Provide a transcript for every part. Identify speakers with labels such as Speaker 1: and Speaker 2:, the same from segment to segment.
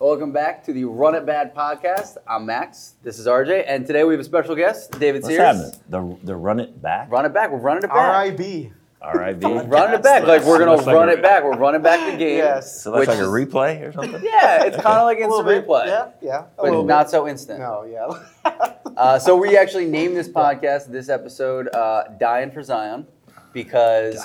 Speaker 1: Welcome back to the Run It Bad podcast. I'm Max. This is RJ, and today we have a special guest, David
Speaker 2: What's
Speaker 1: Sears.
Speaker 2: happening? The the run it back.
Speaker 1: Run it back. We're running it back.
Speaker 3: RIB.
Speaker 2: R.I.B.
Speaker 1: Running it back. Like we're gonna
Speaker 2: Looks like
Speaker 1: run
Speaker 2: a-
Speaker 1: it back. We're running back the game.
Speaker 3: Yes.
Speaker 2: So that's
Speaker 1: Which
Speaker 2: like a
Speaker 1: is-
Speaker 2: replay or something.
Speaker 1: Yeah, it's kind of like instant replay,
Speaker 3: Yeah, yeah. A
Speaker 1: but
Speaker 3: little
Speaker 1: not so instant.
Speaker 3: bit. No, yeah.
Speaker 1: Uh, so we actually named this podcast, this episode, uh, "Dying for Zion," because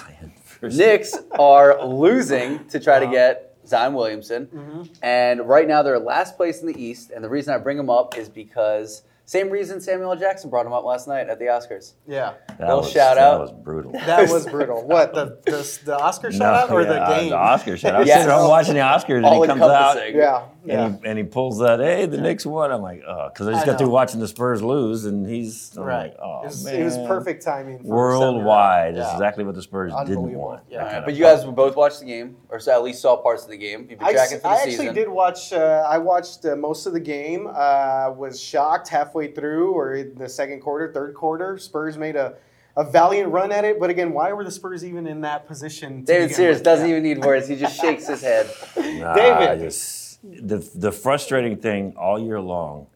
Speaker 1: Knicks are losing to try to get Zion Williamson.
Speaker 3: Mm-hmm.
Speaker 1: And right now they're last place in the East. And the reason I bring him up is because same reason Samuel L. Jackson brought him up last night at the Oscars.
Speaker 3: yeah.
Speaker 2: That
Speaker 1: Little
Speaker 2: was,
Speaker 1: shout
Speaker 2: that
Speaker 1: out.
Speaker 2: was brutal.
Speaker 3: That was brutal. What, the the, the Oscar shout out or
Speaker 2: yeah,
Speaker 3: the game?
Speaker 2: The Oscar shout out. I'm
Speaker 1: Yes.
Speaker 2: sitting around watching the Oscars and
Speaker 1: All
Speaker 2: he comes out
Speaker 1: encompassing.
Speaker 3: Yeah. yeah.
Speaker 2: and, he, and he pulls that. Hey, the Knicks won. I'm like, oh, because I just
Speaker 3: I
Speaker 2: got through
Speaker 3: know.
Speaker 2: watching the Spurs lose, and he's I'm
Speaker 3: Right.
Speaker 2: like, oh
Speaker 3: it, was,
Speaker 2: man.
Speaker 3: it was perfect timing. For
Speaker 2: Worldwide,
Speaker 3: Samuel.
Speaker 2: is
Speaker 3: Yeah.
Speaker 2: exactly what the Spurs didn't
Speaker 3: Unbelievable.
Speaker 2: want.
Speaker 3: Yeah.
Speaker 2: That kind
Speaker 1: But
Speaker 2: of
Speaker 1: you guys both watched the game, or so at least saw parts of the game. You've been
Speaker 3: I,
Speaker 1: tracking
Speaker 3: s-
Speaker 1: for the
Speaker 3: I
Speaker 1: season.
Speaker 3: actually did watch. Uh, I watched uh, most of the game. Uh, was shocked halfway through, or in the second quarter, third quarter. Spurs made a, a valiant run at it, but again, why were the Spurs even in that position? to
Speaker 1: David
Speaker 3: begin
Speaker 1: Sears
Speaker 3: with?
Speaker 1: doesn't
Speaker 3: Yeah.
Speaker 1: even need words. He just shakes his head.
Speaker 2: Nah,
Speaker 3: David.
Speaker 2: I just- the the frustrating thing all year long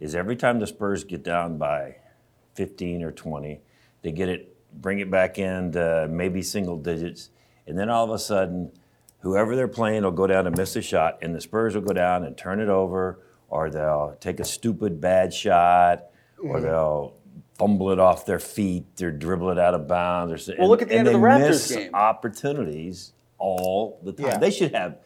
Speaker 2: is every time the Spurs get down by 15 or 20, they get it, bring it back in to maybe single digits, and then all of a sudden, whoever they're playing will go down and miss a shot, and the Spurs will go down and turn it over, or they'll take a stupid bad shot, or
Speaker 1: Mm-hmm.
Speaker 2: they'll fumble it off their feet, or dribble it out of bounds, or so-
Speaker 1: Well, look at the
Speaker 2: and-
Speaker 1: end of
Speaker 2: and
Speaker 1: the
Speaker 2: they
Speaker 1: Raptors
Speaker 2: miss
Speaker 1: game.
Speaker 2: Opportunities all the time.
Speaker 3: Yeah.
Speaker 2: They should have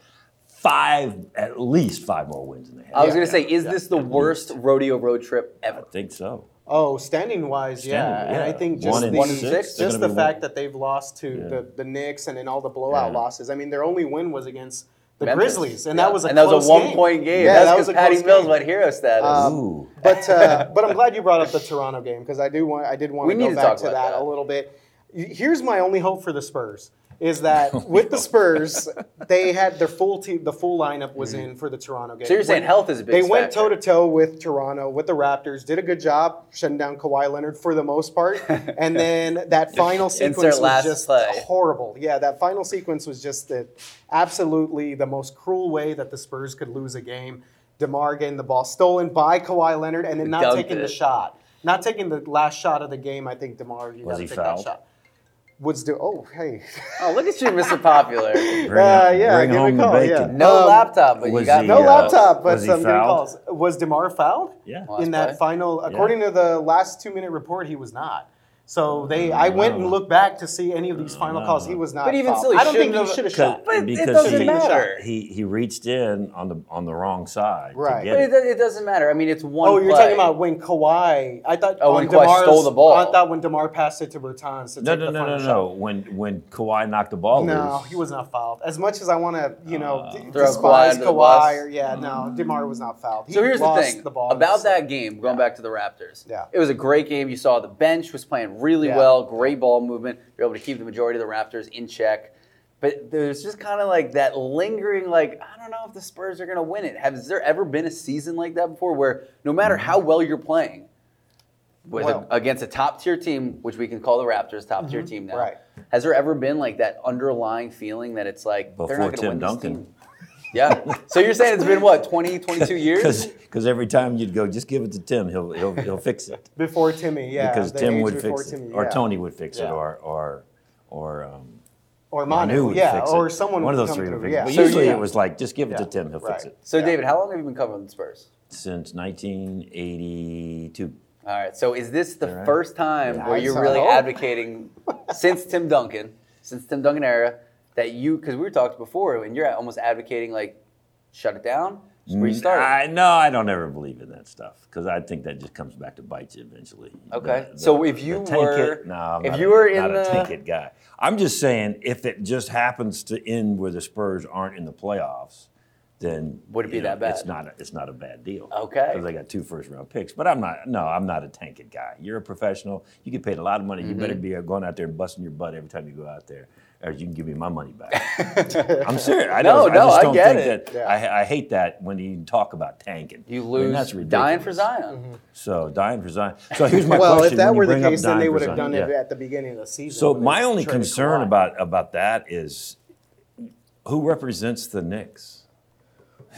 Speaker 2: five, at least five more wins in the head.
Speaker 1: I was
Speaker 3: Yeah.
Speaker 1: going to say, is this the worst rodeo road trip
Speaker 2: I
Speaker 1: ever?
Speaker 2: think so.
Speaker 3: Oh, standing wise, yeah.
Speaker 2: Standing,
Speaker 3: And I
Speaker 2: yeah.
Speaker 3: think
Speaker 2: One
Speaker 3: just
Speaker 2: in
Speaker 3: the,
Speaker 1: One in six, six,
Speaker 2: they're
Speaker 3: just
Speaker 2: gonna
Speaker 3: the
Speaker 2: be
Speaker 3: fact
Speaker 2: one-
Speaker 3: that they've lost to
Speaker 2: Yeah.
Speaker 3: the, the Knicks and then all the blowout
Speaker 2: Yeah.
Speaker 3: losses. I mean, their only win was against the
Speaker 1: Memphis.
Speaker 3: Grizzlies, and
Speaker 1: Yeah.
Speaker 3: that was a
Speaker 1: and that was
Speaker 3: close
Speaker 1: a one point game.
Speaker 3: Yeah,
Speaker 1: That's
Speaker 3: that
Speaker 1: because
Speaker 3: was a
Speaker 1: Patty
Speaker 3: close
Speaker 1: Mills
Speaker 3: game.
Speaker 1: went hero status.
Speaker 3: Um,
Speaker 2: Ooh.
Speaker 3: but uh, but I'm glad you brought up the Toronto game because I do want I did want
Speaker 1: We
Speaker 3: to
Speaker 1: need
Speaker 3: go
Speaker 1: to
Speaker 3: back
Speaker 1: talk
Speaker 3: to
Speaker 1: about
Speaker 3: that,
Speaker 1: that.
Speaker 3: a little bit. Y- Here's my only hope for the Spurs is that with the Spurs they had their full team the full lineup was in for the Toronto game.
Speaker 1: Mm-hmm. So you're saying
Speaker 3: When-
Speaker 1: health is a big
Speaker 3: They went
Speaker 1: factor.
Speaker 3: toe to toe with Toronto with the Raptors. Did a good job shutting down Kawhi Leonard for the most part, and then that final
Speaker 1: Insert
Speaker 3: sequence
Speaker 1: last
Speaker 3: was just
Speaker 1: play.
Speaker 3: horrible. Yeah, that final sequence was just the, absolutely the most cruel way that the Spurs could lose a game. DeMar getting the ball stolen by Kawhi Leonard and then not
Speaker 1: Dunked
Speaker 3: taking
Speaker 1: it.
Speaker 3: the shot. Not taking the last shot of the game, I think DeMar, you
Speaker 2: Was
Speaker 3: gotta
Speaker 2: he
Speaker 3: take
Speaker 2: fouled?
Speaker 3: that shot. Woods do oh hey.
Speaker 1: oh, look at you, Mr. Popular.
Speaker 2: Bring,
Speaker 3: Uh,
Speaker 2: it-
Speaker 3: yeah,
Speaker 2: bring
Speaker 3: give it
Speaker 2: home
Speaker 3: a
Speaker 2: the
Speaker 3: call,
Speaker 2: bacon.
Speaker 3: yeah.
Speaker 1: No
Speaker 3: Um,
Speaker 1: laptop, but you
Speaker 2: was
Speaker 1: got
Speaker 2: he,
Speaker 3: no
Speaker 2: uh,
Speaker 3: laptop, but
Speaker 2: was he
Speaker 3: some good
Speaker 2: fouled?
Speaker 3: calls. Was DeMar fouled?
Speaker 2: Yeah.
Speaker 1: Last
Speaker 3: in that
Speaker 1: play?
Speaker 3: final, according to the last two minute report, he was not. So
Speaker 2: Oh,
Speaker 3: they, I went and looked back to see any of these final calls. He was not.
Speaker 1: But even
Speaker 3: fouled.
Speaker 1: still, he
Speaker 3: I don't think
Speaker 1: shouldn't
Speaker 3: he
Speaker 1: have-
Speaker 3: should have
Speaker 2: Because-
Speaker 3: shot.
Speaker 1: But it- it
Speaker 2: because
Speaker 1: doesn't
Speaker 2: he,
Speaker 1: matter.
Speaker 2: He he reached in on the on the wrong side.
Speaker 3: Right.
Speaker 2: To get
Speaker 1: But
Speaker 2: it.
Speaker 1: it, it doesn't matter. I mean, it's one.
Speaker 3: Oh, you're
Speaker 1: play.
Speaker 3: talking about when Kawhi? I thought.
Speaker 1: Oh,
Speaker 3: on
Speaker 1: when Kawhi
Speaker 3: DeMar's-
Speaker 1: stole the ball.
Speaker 3: I thought when Demar passed it to Bertans to
Speaker 2: No,
Speaker 3: take
Speaker 2: no, no,
Speaker 3: the
Speaker 2: no,
Speaker 3: final
Speaker 2: no,
Speaker 3: shot.
Speaker 2: When when Kawhi knocked the ball
Speaker 3: No,
Speaker 2: loose,
Speaker 3: he was not fouled. As much as I want to, you know,
Speaker 2: Uh,
Speaker 3: d-
Speaker 1: Throw Kawhi
Speaker 3: despise
Speaker 1: under the bus.
Speaker 3: Kawhi, or, yeah, no,
Speaker 2: Mm-hmm.
Speaker 3: Demar was not fouled. He
Speaker 1: So here's the
Speaker 3: lost
Speaker 1: thing
Speaker 3: the ball
Speaker 1: about
Speaker 3: himself.
Speaker 1: that game. Going back to the Raptors,
Speaker 3: Yeah.
Speaker 1: it was a great game. You saw the bench was playing really
Speaker 3: Yeah.
Speaker 1: well, great ball movement. You're able to keep the majority of the Raptors in check, but there's just kind of like that lingering, like I don't know if the Spurs are going to win it. Has there ever been a season like that before, where no matter how well you're playing, with a-
Speaker 3: Well- Mm-hmm.
Speaker 1: against a top tier team, which we can call the Raptors top tier team now,
Speaker 3: right.
Speaker 1: has there ever been like that underlying feeling that it's like they're
Speaker 2: before
Speaker 1: not going to
Speaker 2: Tim
Speaker 1: win this
Speaker 2: Duncan.
Speaker 1: team? Yeah. So you're saying it's been what 20, 22 years?
Speaker 2: Because every time you'd go, just give it to Tim. He'll he'll, he'll fix it.
Speaker 3: before Timmy, yeah,
Speaker 2: because
Speaker 3: the
Speaker 2: Tim
Speaker 3: age
Speaker 2: would
Speaker 3: before
Speaker 2: fix it,
Speaker 3: Timmy,
Speaker 2: or
Speaker 3: yeah.
Speaker 2: Tony would fix it,
Speaker 3: Yeah.
Speaker 2: or or or um,
Speaker 3: or
Speaker 2: Manu
Speaker 3: Manu,
Speaker 2: would
Speaker 3: yeah,
Speaker 2: fix it.
Speaker 3: or someone
Speaker 2: One of
Speaker 3: would
Speaker 2: those
Speaker 3: come
Speaker 2: three would
Speaker 3: through,
Speaker 2: fix it.
Speaker 3: yeah.
Speaker 2: But
Speaker 1: So
Speaker 2: usually
Speaker 1: you-
Speaker 2: it was like, just give it to
Speaker 3: Yeah.
Speaker 2: Tim. He'll fix
Speaker 3: Right.
Speaker 2: it.
Speaker 1: So,
Speaker 3: Yeah.
Speaker 1: David, how long have you been covering the Spurs?
Speaker 2: Since 1982.
Speaker 1: All right. So, is this the
Speaker 2: All right.
Speaker 1: first time where
Speaker 3: I
Speaker 1: you're
Speaker 3: saw
Speaker 1: really
Speaker 3: it. Oh.
Speaker 1: advocating since Tim Duncan, since Tim Duncan era, that you, because we were talking before, and you're almost advocating like, shut it down, just
Speaker 3: Mm,
Speaker 1: restart. it.
Speaker 2: Mm, I no, I don't ever believe in that stuff because I think that just comes back to bite you eventually.
Speaker 1: Okay.
Speaker 2: The- the-
Speaker 1: So if
Speaker 2: the
Speaker 1: you
Speaker 2: take
Speaker 1: were-
Speaker 2: it, no, I'm
Speaker 1: if
Speaker 2: not
Speaker 1: you
Speaker 2: a-
Speaker 1: were in uh,
Speaker 2: not
Speaker 1: the-
Speaker 2: a take it guy, I'm just saying if it just happens to end where the Spurs aren't in the playoffs, then
Speaker 1: Would it be
Speaker 2: you know,
Speaker 1: that bad?
Speaker 2: It's not. A, it's not a bad deal.
Speaker 1: Okay.
Speaker 2: Because they got two first round picks, but I'm not. No, I'm not a tank it guy. You're a professional. You get paid a lot of money. You better
Speaker 1: Mm-hmm.
Speaker 2: be uh, going out there and busting your butt every time you go out there. Or you can give me my money back. I'm serious. I
Speaker 1: No,
Speaker 2: don't,
Speaker 1: no,
Speaker 2: I just
Speaker 1: I
Speaker 2: don't
Speaker 1: get
Speaker 2: think
Speaker 1: it.
Speaker 2: that.
Speaker 3: Yeah.
Speaker 2: I, I hate that when you talk about tanking.
Speaker 1: you
Speaker 2: I
Speaker 1: lose
Speaker 2: mean, that's ridiculous.
Speaker 1: dying for Zion.
Speaker 3: Mm-hmm.
Speaker 2: So dying for Zion. So here's my
Speaker 3: well,
Speaker 2: question.
Speaker 3: if
Speaker 2: when
Speaker 3: that
Speaker 2: you
Speaker 3: were the
Speaker 2: bring up
Speaker 3: case, then
Speaker 2: dying
Speaker 3: they
Speaker 2: for
Speaker 3: would have
Speaker 2: Zion,
Speaker 3: done it
Speaker 2: yeah.
Speaker 3: at the beginning of the season.
Speaker 2: So
Speaker 3: when they
Speaker 2: my only
Speaker 3: traded
Speaker 2: concern
Speaker 3: Kawhi.
Speaker 2: about about that is who represents the Knicks.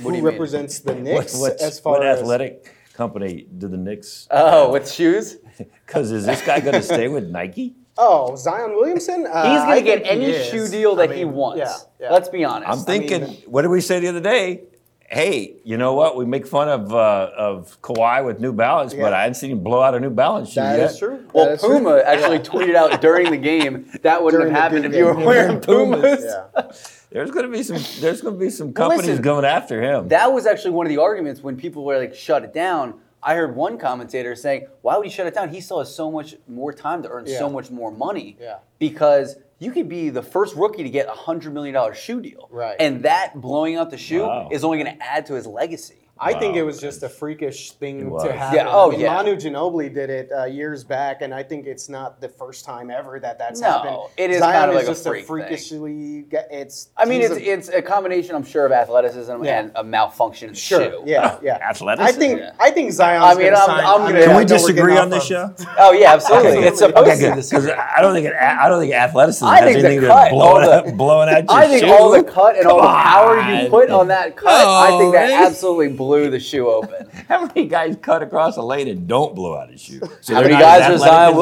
Speaker 1: What do you
Speaker 3: who
Speaker 1: mean?
Speaker 3: represents the
Speaker 2: What,
Speaker 3: Knicks
Speaker 2: what's-
Speaker 3: as far
Speaker 2: what
Speaker 3: as
Speaker 2: athletic company do the Knicks?
Speaker 1: Oh, with shoes?
Speaker 2: Because is this guy going to stay with Nike?
Speaker 3: Oh, Zion Williamson. Uh,
Speaker 1: He's
Speaker 3: I
Speaker 1: gonna get
Speaker 3: think he
Speaker 1: any
Speaker 3: is.
Speaker 1: shoe deal that
Speaker 3: I
Speaker 1: he
Speaker 3: mean,
Speaker 1: wants.
Speaker 3: Yeah, yeah.
Speaker 1: Let's be honest.
Speaker 2: I'm thinking. what did we say the other day? Hey, you know what? We make fun of uh, of Kawhi with New Balance, but
Speaker 3: Yeah.
Speaker 2: I haven't seen him blow out a New Balance shoe
Speaker 3: That
Speaker 2: yet.
Speaker 3: is true.
Speaker 1: well,
Speaker 3: That is true.
Speaker 1: Puma actually tweeted out during the game that wouldn't
Speaker 3: During the
Speaker 1: have happened if
Speaker 3: game.
Speaker 1: you were
Speaker 3: Yeah.
Speaker 1: wearing Pumas.
Speaker 3: Yeah.
Speaker 2: There's going to be some. There's going to be some companies
Speaker 1: listen,
Speaker 2: going after him.
Speaker 1: That was actually one of the arguments when people were like, "Shut it down." I heard one commentator saying, "Why would he shut it down? He still has so much more time to earn
Speaker 3: Yeah.
Speaker 1: so much more money."
Speaker 3: Yeah.
Speaker 1: Because you could be the first rookie to get a hundred million dollar shoe deal,
Speaker 3: Right.
Speaker 1: And that blowing up the shoe
Speaker 2: Wow.
Speaker 1: is only going to add to his legacy.
Speaker 3: I think
Speaker 2: Wow.
Speaker 3: it was just a freakish thing
Speaker 2: was.
Speaker 3: to happen.
Speaker 1: Yeah, oh,
Speaker 3: And
Speaker 1: yeah.
Speaker 3: Manu Ginobili did it uh, years back, and I think it's not the first time ever that that's
Speaker 1: No,
Speaker 3: happened.
Speaker 1: it is
Speaker 3: Zion
Speaker 1: kind of
Speaker 3: is
Speaker 1: like a
Speaker 3: just
Speaker 1: freak thing.
Speaker 3: freakishly. ga- It's.
Speaker 1: I mean,
Speaker 3: he's
Speaker 1: it's
Speaker 3: a-
Speaker 1: it's a combination, I'm sure, of athleticism
Speaker 3: Yeah.
Speaker 1: and a malfunction in the
Speaker 3: sure.
Speaker 1: shoe.
Speaker 3: Yeah, yeah.
Speaker 2: Athleticism?
Speaker 3: I think
Speaker 1: Yeah.
Speaker 3: I think Zion's
Speaker 1: I mean,
Speaker 3: gonna
Speaker 1: I'm-
Speaker 3: sign.
Speaker 1: I'm
Speaker 3: I
Speaker 1: gonna-
Speaker 3: mean,
Speaker 1: Can
Speaker 3: I
Speaker 2: Can we
Speaker 3: know we're getting
Speaker 2: disagree
Speaker 3: off
Speaker 2: on this
Speaker 3: of-
Speaker 2: show?
Speaker 1: Oh yeah, absolutely.
Speaker 3: Okay.
Speaker 1: It's supposed
Speaker 2: Okay,
Speaker 1: to.
Speaker 2: good.
Speaker 1: This
Speaker 2: Because I don't think it, I don't think athleticism
Speaker 1: I
Speaker 2: has
Speaker 1: think the
Speaker 2: anything to do
Speaker 1: cut,
Speaker 2: with blowing,
Speaker 1: all
Speaker 2: out-
Speaker 1: the-
Speaker 2: blowing out your
Speaker 1: I think
Speaker 2: shoe.
Speaker 1: all the cut and all the
Speaker 2: Come
Speaker 1: power you
Speaker 2: on. Oh,
Speaker 1: put on that cut, I think that
Speaker 2: No, really?
Speaker 1: absolutely blew the shoe open.
Speaker 2: How many guys cut across a lane and don't blow out his shoe? So
Speaker 1: How
Speaker 2: they're
Speaker 1: many guys
Speaker 2: not as
Speaker 1: are
Speaker 2: athletic as
Speaker 1: Zion
Speaker 2: that?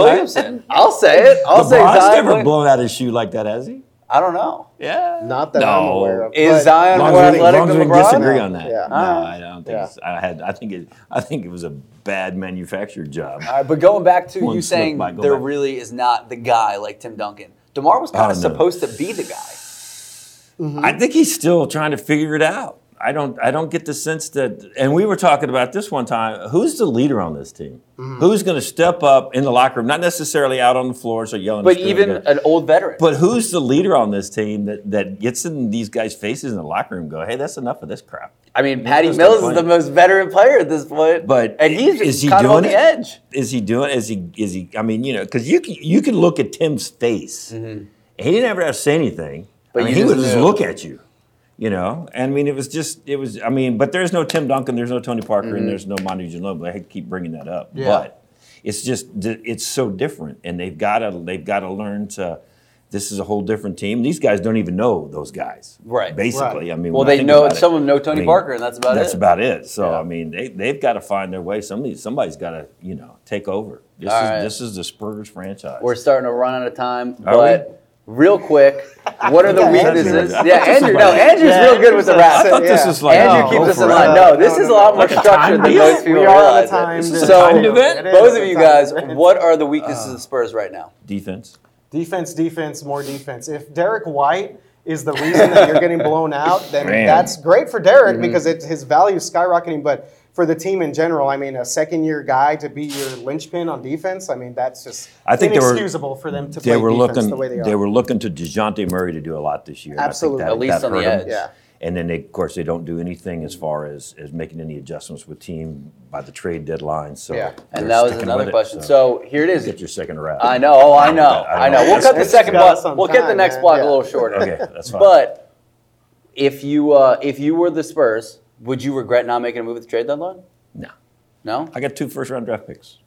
Speaker 1: Williamson? I'll say it. I'll say
Speaker 2: LeBron's
Speaker 1: Zion.
Speaker 2: never
Speaker 1: William-
Speaker 2: blown out his shoe like that, has he?
Speaker 1: I don't know.
Speaker 2: Yeah.
Speaker 3: Not that
Speaker 2: No.
Speaker 3: I'm aware of.
Speaker 1: Is
Speaker 3: but-
Speaker 1: Zion
Speaker 2: As long
Speaker 1: more
Speaker 2: as we, as
Speaker 1: athletic
Speaker 2: long as
Speaker 1: than
Speaker 2: we
Speaker 1: LeBron?
Speaker 2: disagree on that.
Speaker 3: Yeah.
Speaker 2: No, I don't think
Speaker 3: Yeah.
Speaker 2: it's, I had. I think it. I think it was a bad manufactured job.
Speaker 1: All right, but going back to
Speaker 2: One
Speaker 1: you
Speaker 2: slip,
Speaker 1: saying
Speaker 2: Mike, go
Speaker 1: there
Speaker 2: back.
Speaker 1: really is not the guy like Tim Duncan. DeMar was kind
Speaker 2: Oh,
Speaker 1: of
Speaker 2: no.
Speaker 1: supposed to be the guy.
Speaker 2: I think he's still trying to figure it out. I don't. I don't get the sense that. And we were talking about this one time. Who's the leader on this team?
Speaker 1: Mm-hmm.
Speaker 2: Who's going to step up in the locker room? Not necessarily out on the floor, so yelling. and
Speaker 1: But
Speaker 2: screaming
Speaker 1: even
Speaker 2: at-
Speaker 1: an old veteran.
Speaker 2: But who's the leader on this team that, that gets in these guys' faces in the locker room? And go, hey, that's enough of this crap.
Speaker 1: I mean, Patty
Speaker 2: That's
Speaker 1: Mills
Speaker 2: the
Speaker 1: is
Speaker 2: point.
Speaker 1: the most veteran player at this point.
Speaker 2: But
Speaker 1: and he's
Speaker 2: is he
Speaker 1: kind of on
Speaker 2: doing
Speaker 1: the
Speaker 2: it?
Speaker 1: edge.
Speaker 2: Is he doing? Is he? Is he? I mean, you know, because you can you can look at Tim's face. He didn't ever have to say anything.
Speaker 1: Mm-hmm. But
Speaker 2: I mean,
Speaker 1: you
Speaker 2: he
Speaker 1: just
Speaker 2: would just
Speaker 1: knew.
Speaker 2: look at you. You know, and I mean, it was just it was. I mean, but there's no Tim Duncan, there's no Tony Parker,
Speaker 1: Mm-hmm.
Speaker 2: and there's no Manu Ginobili. I keep bringing that up,
Speaker 3: Yeah.
Speaker 2: but it's just d- it's so different, and they've got to they've got to learn to. This is a whole different team. These guys don't even know those guys,
Speaker 1: Right.
Speaker 2: Basically, I mean,
Speaker 1: Well,
Speaker 2: when I
Speaker 1: they
Speaker 2: think
Speaker 1: know
Speaker 2: about it,
Speaker 1: some of them know Tony
Speaker 2: I mean,
Speaker 1: Parker, and that's about
Speaker 2: that's
Speaker 1: it.
Speaker 2: about it. So
Speaker 1: Yeah.
Speaker 2: I mean, they they've got to find their way. Somebody somebody's got to you know take over. This
Speaker 1: All
Speaker 2: is
Speaker 1: right.
Speaker 2: this is the Spurs franchise.
Speaker 1: We're starting to run out of time,
Speaker 2: Are
Speaker 1: but real quick, what are the
Speaker 3: Yeah,
Speaker 1: weaknesses?
Speaker 2: Andrew. I
Speaker 1: Yeah,
Speaker 2: thought this
Speaker 1: Andrew.
Speaker 2: was
Speaker 1: No,
Speaker 2: like-
Speaker 1: Andrew's
Speaker 3: Yeah,
Speaker 1: real good with the
Speaker 3: Andrew's
Speaker 2: I
Speaker 1: rap.
Speaker 3: upset.
Speaker 2: thought this
Speaker 3: Yeah.
Speaker 2: was like
Speaker 1: Andrew
Speaker 2: oh,
Speaker 1: keeps
Speaker 2: go
Speaker 1: us
Speaker 2: for
Speaker 1: in
Speaker 2: it.
Speaker 1: line.
Speaker 3: No,
Speaker 1: No, this
Speaker 3: no,
Speaker 1: is a
Speaker 3: no,
Speaker 1: lot
Speaker 3: no.
Speaker 1: more
Speaker 2: Like a
Speaker 1: structured
Speaker 2: timed
Speaker 1: than
Speaker 2: event?
Speaker 1: most people
Speaker 3: We are on
Speaker 1: realize.
Speaker 3: a timed
Speaker 1: it.
Speaker 2: This is a
Speaker 1: So,
Speaker 2: timed event. Uh, It
Speaker 1: both
Speaker 3: is
Speaker 1: of
Speaker 3: a
Speaker 1: you
Speaker 3: timed
Speaker 1: guys,
Speaker 3: event.
Speaker 1: what are the weaknesses of the Spurs right now?
Speaker 2: defense.
Speaker 3: Defense, defense, more defense. If Derek White is the reason that you're getting blown out, then
Speaker 2: Man.
Speaker 3: that's great for Derek because it, his value is skyrocketing. But for the team in general, I mean, a second-year guy to be your linchpin on defense, I mean, that's just
Speaker 2: I think they were-
Speaker 3: inexcusable for them to
Speaker 2: They
Speaker 3: play
Speaker 2: were
Speaker 3: defense
Speaker 2: looking
Speaker 3: the way they are.
Speaker 2: were looking to Dejounte Murray to do a lot this year. and I think
Speaker 3: Absolutely.
Speaker 2: that-
Speaker 3: At
Speaker 1: least
Speaker 2: that
Speaker 1: on the
Speaker 2: hurt 'em.
Speaker 1: edge.
Speaker 3: Yeah.
Speaker 2: And then they, of course they don't do anything as far as as making any adjustments with team by the trade deadline. So
Speaker 3: Yeah.
Speaker 2: they're
Speaker 1: And that was
Speaker 2: sticking with
Speaker 1: another
Speaker 2: it,
Speaker 1: question. So, here it
Speaker 2: get
Speaker 1: is.
Speaker 2: your second round.
Speaker 1: I know. Oh, I know. I know. We'll cut the
Speaker 3: It's
Speaker 1: second
Speaker 3: got us
Speaker 1: block.
Speaker 3: on
Speaker 1: We'll get the
Speaker 3: time,
Speaker 1: next
Speaker 3: man.
Speaker 1: block a
Speaker 3: Yeah.
Speaker 1: little shorter.
Speaker 2: Okay, that's fine.
Speaker 1: But if you uh, if you were the Spurs, would you regret not making a move at the trade deadline?
Speaker 2: no,
Speaker 1: No.
Speaker 2: I got two first round draft picks.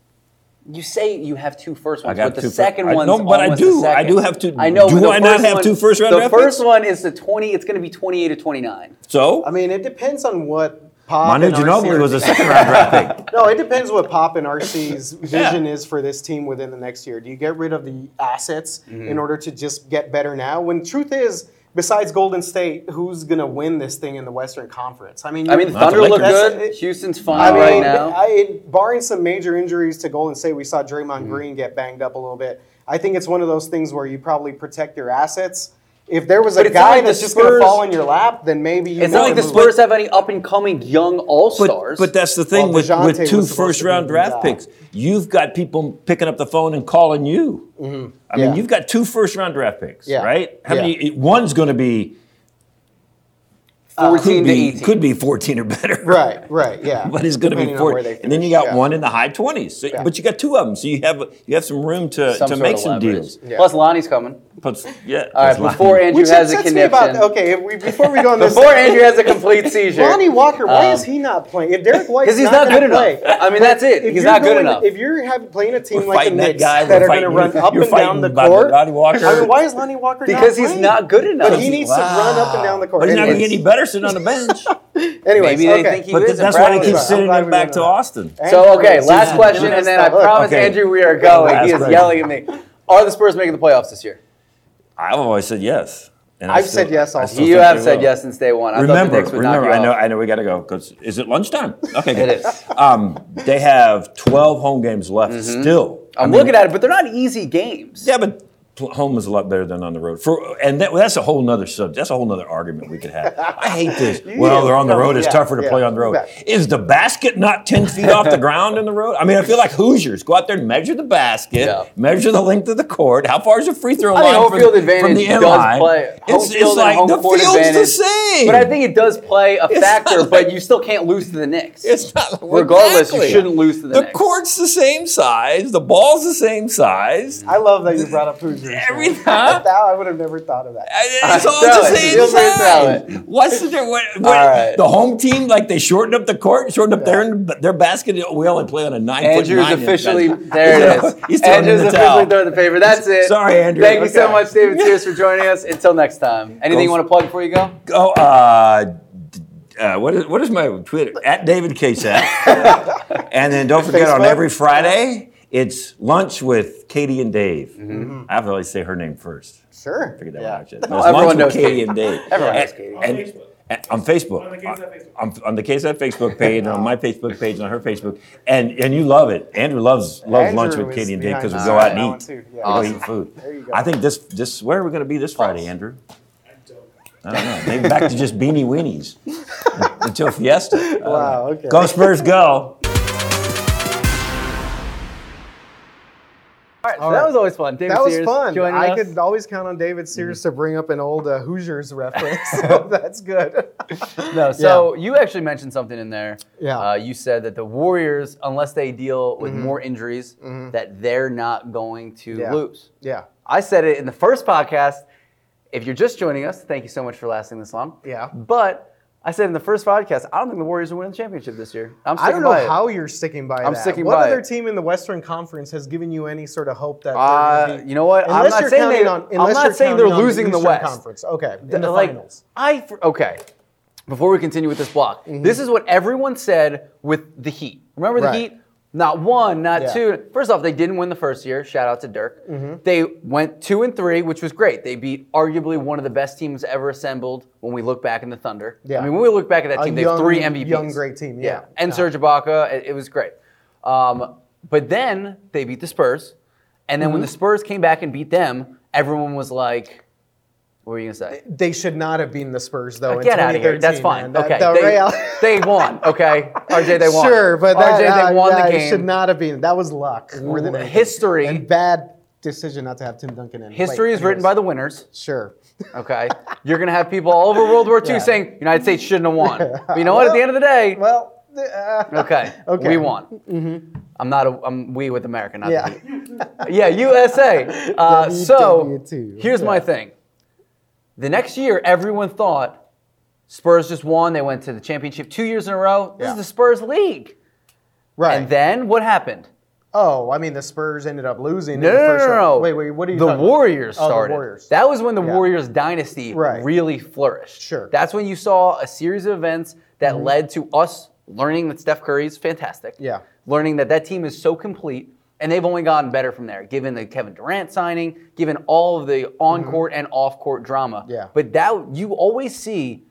Speaker 1: You say you have two first ones,
Speaker 2: got
Speaker 1: but the
Speaker 2: two fir-
Speaker 1: second
Speaker 2: I-
Speaker 1: one's
Speaker 2: no, but I
Speaker 1: almost the
Speaker 2: do. I
Speaker 1: second.
Speaker 2: do have two-
Speaker 1: I know.
Speaker 2: do
Speaker 1: but the
Speaker 2: I not
Speaker 1: first
Speaker 2: have
Speaker 1: one-
Speaker 2: two first round
Speaker 1: The
Speaker 2: draft
Speaker 1: first
Speaker 2: picks?
Speaker 1: one is the twenty. It's going to be twenty-eight to twenty-nine.
Speaker 2: So
Speaker 3: I mean, it depends on what Pop.
Speaker 2: Manu
Speaker 3: and
Speaker 2: Ginobili
Speaker 3: RC
Speaker 2: was a second round draft pick.
Speaker 3: No, it depends what Pop and RC's vision is for this team within the next year. Do you get rid of the assets
Speaker 1: Mm-hmm.
Speaker 3: in order to just get better now? When truth is, besides Golden State, who's gonna win this thing in the Western Conference? I mean,
Speaker 1: I mean, the
Speaker 2: Not
Speaker 3: you-
Speaker 2: the
Speaker 1: Thunder look
Speaker 3: Lakers.
Speaker 1: good. Houston's
Speaker 3: I
Speaker 1: fine
Speaker 3: mean,
Speaker 1: right now.
Speaker 3: I, barring some major injuries to Golden State, we saw Draymond
Speaker 1: Mm-hmm.
Speaker 3: Green get banged up a little bit. I think it's one of those things where you probably protect your assets. If there was
Speaker 1: But
Speaker 3: a
Speaker 1: it's not
Speaker 3: guy
Speaker 1: like the
Speaker 3: that's just going to
Speaker 1: Spurs-
Speaker 3: fall in your lap, then maybe you
Speaker 1: it's not
Speaker 3: make
Speaker 1: like
Speaker 3: a
Speaker 1: the
Speaker 3: move.
Speaker 1: Spurs have any up-and-coming young All
Speaker 2: But,
Speaker 1: Stars.
Speaker 2: but that's the thing
Speaker 3: Well,
Speaker 2: with,
Speaker 3: DeJounte
Speaker 2: with two
Speaker 3: was supposed to
Speaker 2: first
Speaker 3: be
Speaker 2: round
Speaker 3: the
Speaker 2: draft
Speaker 3: guy.
Speaker 2: picks. You've got people picking up the phone and calling you. I
Speaker 3: Mm-hmm. Yeah.
Speaker 2: mean, you've got two first round draft picks,
Speaker 3: Yeah.
Speaker 2: right? How
Speaker 3: Yeah.
Speaker 2: many? One's going to be
Speaker 1: fourteen
Speaker 2: could
Speaker 1: to
Speaker 2: be
Speaker 1: eighteen.
Speaker 2: could be fourteen or better,
Speaker 3: Right, right, yeah.
Speaker 2: But it's going to be
Speaker 3: Depending on where
Speaker 2: fourteen,
Speaker 3: they
Speaker 2: and then you
Speaker 3: finish,
Speaker 2: got
Speaker 3: yeah.
Speaker 2: one in the high twenties. So, But you got two of them, so you have you have some room to,
Speaker 1: Some
Speaker 2: to
Speaker 1: sort
Speaker 2: make
Speaker 1: of
Speaker 2: some
Speaker 1: leverage.
Speaker 2: deals.
Speaker 1: Plus, Lonnie's coming.
Speaker 2: But, yeah.
Speaker 1: All right, before Andrew
Speaker 3: Which
Speaker 1: has a
Speaker 3: upsets me
Speaker 1: connection.
Speaker 3: about okay. If we, before we go on this,
Speaker 1: Before Andrew has a complete seizure.
Speaker 3: Lonnie Walker, why is
Speaker 1: Um,
Speaker 3: he not playing? If Derek White,
Speaker 1: Because he's not good enough. I mean, that's it. He's not good enough.
Speaker 3: If you're have, playing a team
Speaker 2: We're
Speaker 3: like the
Speaker 2: fighting that
Speaker 3: Knicks
Speaker 2: guy.
Speaker 3: that,
Speaker 2: We're
Speaker 3: are going to
Speaker 2: fighting-
Speaker 3: run up
Speaker 2: you're
Speaker 3: and down
Speaker 2: fighting
Speaker 3: the
Speaker 2: about
Speaker 3: court,
Speaker 2: Lonnie Walker.
Speaker 3: I mean, why is Lonnie Walker not
Speaker 1: Because he's
Speaker 3: playing?
Speaker 1: not good enough.
Speaker 3: But he needs to run up and down the court.
Speaker 2: But he's not going to
Speaker 3: Anyways,
Speaker 2: get any better sitting on the bench.
Speaker 3: Anyways,
Speaker 1: Maybe they
Speaker 3: okay.
Speaker 1: think he
Speaker 2: but
Speaker 1: is.
Speaker 2: that's
Speaker 1: a
Speaker 2: why they
Speaker 1: Browns
Speaker 2: keep
Speaker 1: fan.
Speaker 2: sending
Speaker 3: glad
Speaker 2: him
Speaker 3: we
Speaker 2: back
Speaker 3: went
Speaker 2: to
Speaker 3: on.
Speaker 2: Austin.
Speaker 1: So okay, last
Speaker 2: Susan,
Speaker 1: question,
Speaker 2: you're
Speaker 1: and then I
Speaker 3: gonna
Speaker 1: promise
Speaker 2: Okay.
Speaker 1: Andrew we are going.
Speaker 2: Last
Speaker 1: he is
Speaker 2: question.
Speaker 1: yelling at me. Are the Spurs making the playoffs this year?
Speaker 2: I've always said yes. And I
Speaker 3: I've said yes
Speaker 2: I
Speaker 3: also.
Speaker 2: still
Speaker 1: you
Speaker 2: think
Speaker 1: have
Speaker 2: they
Speaker 1: said
Speaker 2: will.
Speaker 1: yes since day one. I thought the
Speaker 2: remember,
Speaker 1: Knicks would knock
Speaker 2: remember.
Speaker 1: you
Speaker 2: I know,
Speaker 1: off.
Speaker 2: I know. We got to go because is it lunchtime? Okay, good.
Speaker 1: It is. Mm-hmm.
Speaker 2: Um, they have twelve home games left still.
Speaker 1: I'm looking at it, but they're not easy games.
Speaker 2: Yeah, but pl- home is a lot better than on the road. For and that, that's a whole nother subject. That's a whole nother argument we could have. I hate this. Well, they're on the road. It's
Speaker 3: Yeah,
Speaker 2: tougher to
Speaker 3: yeah.
Speaker 2: play on the road.
Speaker 3: Yeah.
Speaker 2: Is the basket not ten feet off the ground in the road? I mean, I feel like Hoosiers go out there and measure the basket,
Speaker 1: Yeah.
Speaker 2: measure the length of the court. How far is the free throw
Speaker 1: I think
Speaker 2: line
Speaker 1: home
Speaker 2: from,
Speaker 1: field
Speaker 2: the-
Speaker 1: advantage
Speaker 2: from the end
Speaker 1: does
Speaker 2: line?
Speaker 1: play. Home
Speaker 2: It's,
Speaker 1: field
Speaker 2: it's
Speaker 1: and
Speaker 2: like
Speaker 1: home
Speaker 2: the
Speaker 1: court
Speaker 2: field's the
Speaker 1: advantage.
Speaker 2: same.
Speaker 1: But I think it does play a
Speaker 2: It's not
Speaker 1: factor,
Speaker 2: like-
Speaker 1: but you still can't lose to the Knicks.
Speaker 2: It's not
Speaker 1: Regardless, you
Speaker 2: Exactly.
Speaker 1: shouldn't lose to the
Speaker 2: The
Speaker 1: Knicks.
Speaker 2: court's the same size. The ball's the same size.
Speaker 3: I love that you brought up Hoosiers. man.
Speaker 2: Every-
Speaker 3: That- I would have never thought of that.
Speaker 2: I- It's
Speaker 1: Uh,
Speaker 2: all
Speaker 1: throw
Speaker 2: the
Speaker 1: it.
Speaker 2: same
Speaker 1: Feel free to
Speaker 2: size.
Speaker 1: throw
Speaker 2: What's the difference? What,
Speaker 1: All
Speaker 2: what,
Speaker 1: right.
Speaker 2: The home team, like they shortened up the court, shortened up their
Speaker 3: Yeah.
Speaker 2: their their basket. We only play on a nine
Speaker 1: Andrew's
Speaker 2: foot nine.
Speaker 1: officially there. It is.
Speaker 2: He's throwing in
Speaker 1: Andrew's
Speaker 2: the
Speaker 1: officially
Speaker 2: towel.
Speaker 1: throwing the favor. That's it.
Speaker 2: Sorry, Andrew.
Speaker 1: Thank you so
Speaker 3: Okay.
Speaker 1: much, David Sears, for joining us. Until next time. Anything you
Speaker 2: Go-
Speaker 1: want to plug before you go?
Speaker 2: Oh, uh, d- uh, what is what is my Twitter at David Kasat? and then don't forget on
Speaker 3: Facebook?
Speaker 2: every Friday it's lunch with Katie and Dave.
Speaker 1: Mm-hmm.
Speaker 2: I have to always say her name first.
Speaker 3: Sure.
Speaker 2: Figured that
Speaker 3: Yeah.
Speaker 2: one out yet. It's
Speaker 1: everyone
Speaker 2: lunch
Speaker 1: knows
Speaker 2: with Katie
Speaker 1: Katie.
Speaker 2: and Dave.
Speaker 1: Everyone
Speaker 2: And-
Speaker 1: knows Katie.
Speaker 2: and-
Speaker 4: Facebook.
Speaker 2: and- on Facebook.
Speaker 4: On the KSAT Facebook.
Speaker 2: On, on the KSAT Facebook page, and on my Facebook page, and on her Facebook, and and you love it. Andrew loves loves
Speaker 3: Andrew
Speaker 2: lunch with
Speaker 3: is
Speaker 2: Katie and Dave
Speaker 3: behind
Speaker 2: because we
Speaker 3: us
Speaker 2: go
Speaker 3: on
Speaker 2: out
Speaker 3: that
Speaker 2: and
Speaker 3: one
Speaker 2: eat.
Speaker 3: too.
Speaker 2: We
Speaker 3: Yeah.
Speaker 2: go eat food.
Speaker 3: There you go.
Speaker 2: I think this this where are we going to be this Friday, Andrew?
Speaker 4: I don't.
Speaker 2: I don't know. Maybe back to just beanie weenies until Fiesta. I don't know.
Speaker 3: Wow, okay.
Speaker 2: Go Spurs, go!
Speaker 1: All right, so
Speaker 3: All
Speaker 1: that
Speaker 3: right.
Speaker 1: was always fun. David
Speaker 3: That was
Speaker 1: Sears
Speaker 3: fun.
Speaker 1: joining
Speaker 3: I
Speaker 1: us. Mm-hmm.
Speaker 3: could always count on David Sears to bring up an old uh, Hoosiers reference. so that's good.
Speaker 1: No, so you actually mentioned something in there.
Speaker 3: Yeah. Mm-hmm.
Speaker 1: Uh, you said that the Warriors, unless they deal with more injuries, that they're not going to
Speaker 3: Yeah.
Speaker 1: lose.
Speaker 3: yeah.
Speaker 1: I said it in the first podcast. If you're just joining us, thank you so much for lasting this long.
Speaker 3: Yeah.
Speaker 1: But I said in the first podcast, I don't think the Warriors will win the championship this year. I'm
Speaker 3: I
Speaker 1: sticking
Speaker 3: don't know
Speaker 1: by it.
Speaker 3: how you're sticking by
Speaker 1: I'm
Speaker 3: that.
Speaker 1: sticking
Speaker 3: what
Speaker 1: by
Speaker 3: other
Speaker 1: it.
Speaker 3: team in the Western Conference has given you any sort of hope that? they're gonna
Speaker 1: Uh,
Speaker 3: be-
Speaker 1: you know what?
Speaker 3: Unless
Speaker 1: I'm not
Speaker 3: you're
Speaker 1: saying
Speaker 3: counting
Speaker 1: they,
Speaker 3: on-
Speaker 1: I'm
Speaker 3: unless
Speaker 1: not
Speaker 3: you're
Speaker 1: saying they're
Speaker 3: counting on
Speaker 1: losing the
Speaker 3: Eastern
Speaker 1: West.
Speaker 3: Conference. Okay, in
Speaker 1: Th-
Speaker 3: the
Speaker 1: like,
Speaker 3: finals. Mm-hmm.
Speaker 1: I fr- okay. Before we continue with this block, this is what everyone said with the Heat. Remember the
Speaker 3: Right.
Speaker 1: Heat? Not one, not
Speaker 3: Yeah. Mm-hmm.
Speaker 1: two. First off, they didn't win the first year. Shout out to Dirk. They went two and three, which was great. They beat arguably one of the best teams ever assembled. When we look back in the Thunder,
Speaker 3: Yeah.
Speaker 1: I mean, when we look back at that
Speaker 3: A
Speaker 1: team, they have
Speaker 3: young-
Speaker 1: three MVPs.
Speaker 3: young great team, yeah.
Speaker 1: and
Speaker 3: Yeah.
Speaker 1: Serge Ibaka. It, it was great. Um, but then they beat the Spurs, and
Speaker 3: Mm-hmm.
Speaker 1: then when the Spurs came back and beat them, everyone was like, "What were you gonna say?"
Speaker 3: They should not have beaten the Spurs though. in
Speaker 1: Get out of here.
Speaker 3: 2013,
Speaker 1: That's fine.
Speaker 3: man. That-
Speaker 1: okay.
Speaker 3: the
Speaker 1: they,
Speaker 3: Real-
Speaker 1: they won. Okay. RJ, they won.
Speaker 3: Sure, but
Speaker 1: RJ,
Speaker 3: that, uh,
Speaker 1: they won
Speaker 3: yeah,
Speaker 1: the
Speaker 3: it
Speaker 1: game.
Speaker 3: Should not have been. That was luck. more than anything.
Speaker 1: History-
Speaker 3: and bad decision not to have Tim Duncan in.
Speaker 1: History is written by the winners.
Speaker 3: Sure.
Speaker 1: Okay. You're going to have people all over World War II
Speaker 3: Yeah.
Speaker 1: saying United States shouldn't have won. But you know what? At the
Speaker 3: Well-
Speaker 1: end of the day,
Speaker 3: Well. Uh,
Speaker 1: okay,
Speaker 3: Okay. Mm-hmm.
Speaker 1: We won. I'm not a, I'm we with America, not
Speaker 3: Yeah.
Speaker 1: yeah. yeah, USA. Uh, so
Speaker 3: WW2.
Speaker 1: here's my
Speaker 3: Yeah.
Speaker 1: thing. The next year, everyone thought Spurs just won. They went to the championship two years in a row. This
Speaker 3: Yeah.
Speaker 1: is the Spurs league.
Speaker 3: Right.
Speaker 1: And then what happened?
Speaker 3: oh, I mean, the Spurs ended up losing.
Speaker 1: No,
Speaker 3: in the
Speaker 1: no, no,
Speaker 3: first
Speaker 1: no,
Speaker 3: round.
Speaker 1: no.
Speaker 3: Wait, wait. What are you?
Speaker 1: The
Speaker 3: talking about?
Speaker 1: Warriors
Speaker 3: Oh, the
Speaker 1: started.
Speaker 3: Warriors.
Speaker 1: That was when the
Speaker 3: Yeah.
Speaker 1: Warriors dynasty
Speaker 3: Right.
Speaker 1: really flourished.
Speaker 3: Sure. Mm-hmm.
Speaker 1: That's when you saw a series of events that led to us learning that Steph Curry's fantastic.
Speaker 3: Yeah.
Speaker 1: Learning that that team is so complete, and they've only gotten better from there. Given the Kevin Durant signing, given all of the on-court and off-court drama.
Speaker 3: Mm-hmm. Yeah.
Speaker 1: But that you always see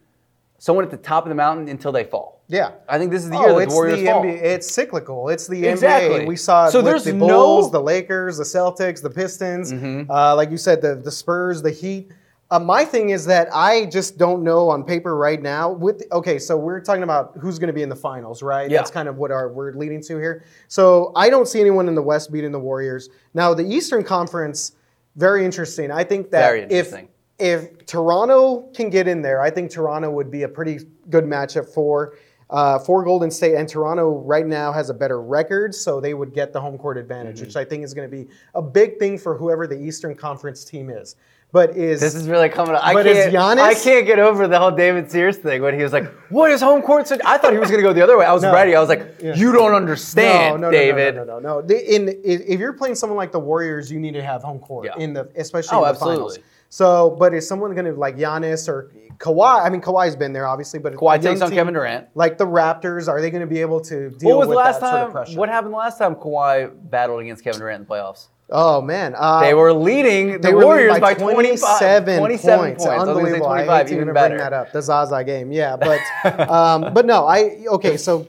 Speaker 1: someone at the top of the mountain until they fall.
Speaker 3: Yeah.
Speaker 1: I think this
Speaker 3: Oh,
Speaker 1: is the year that the Warriors fall.
Speaker 3: NBA. It's cyclical. It's the
Speaker 1: Exactly.
Speaker 3: NBA. We saw it
Speaker 1: So
Speaker 3: with
Speaker 1: there's
Speaker 3: the Bulls,
Speaker 1: no- Mm-hmm.
Speaker 3: the Lakers, the Celtics, the Pistons. Uh, like you said, the, the Spurs, the Heat. Uh, my thing is that I just don't know on paper right now. With okay, so we're talking about who's going to be in the finals, right?
Speaker 1: Yeah.
Speaker 3: That's kind of what our we're leading to here. So I don't see anyone in the West beating the Warriors. Now the Eastern Conference, very interesting. I think that
Speaker 1: Very interesting.
Speaker 3: if if Toronto can get in there, I think Toronto would be a pretty good matchup for uh, for Golden State. And Toronto right now has a better record, so they would get the home court advantage,
Speaker 1: Mm-hmm.
Speaker 3: which I think is going to be a big thing for whoever the Eastern Conference team is. But is
Speaker 1: This is really coming up. I
Speaker 3: But is
Speaker 1: can't,
Speaker 3: Giannis-
Speaker 1: I can't get over the whole David Sears thing when he was like, "What is home court?" Such? I thought he was going to go the other way. I was ready. I was like, "You don't understand, David."
Speaker 3: No, no, no, no. no. The- in i- if you're playing someone like the Warriors, you need to have home court
Speaker 1: Yeah.
Speaker 3: in the especially
Speaker 1: Oh,
Speaker 3: in the
Speaker 1: absolutely.
Speaker 3: finals. So, but is someone going to like Giannis or Kawhi? I mean, Kawhi's been there obviously, but
Speaker 1: Kawhi
Speaker 3: a young
Speaker 1: takes on
Speaker 3: team
Speaker 1: Kevin Durant.
Speaker 3: Like the Raptors, are they going to be able to deal
Speaker 1: What was the
Speaker 3: with
Speaker 1: last
Speaker 3: that sort
Speaker 1: time?
Speaker 3: of pressure?
Speaker 1: what happened the last time Kawhi battled against Kevin Durant in the playoffs?
Speaker 3: oh man, uh,
Speaker 1: They were leading the
Speaker 3: they were
Speaker 1: Warriors
Speaker 3: leading
Speaker 1: by,
Speaker 3: by
Speaker 1: 27
Speaker 3: 27
Speaker 1: points. I was gonna say
Speaker 3: Unbelievable. I hate
Speaker 1: 25,
Speaker 3: to
Speaker 1: even
Speaker 3: even
Speaker 1: better.
Speaker 3: bring that up. The Zaza game, yeah. But um, but no, I okay. So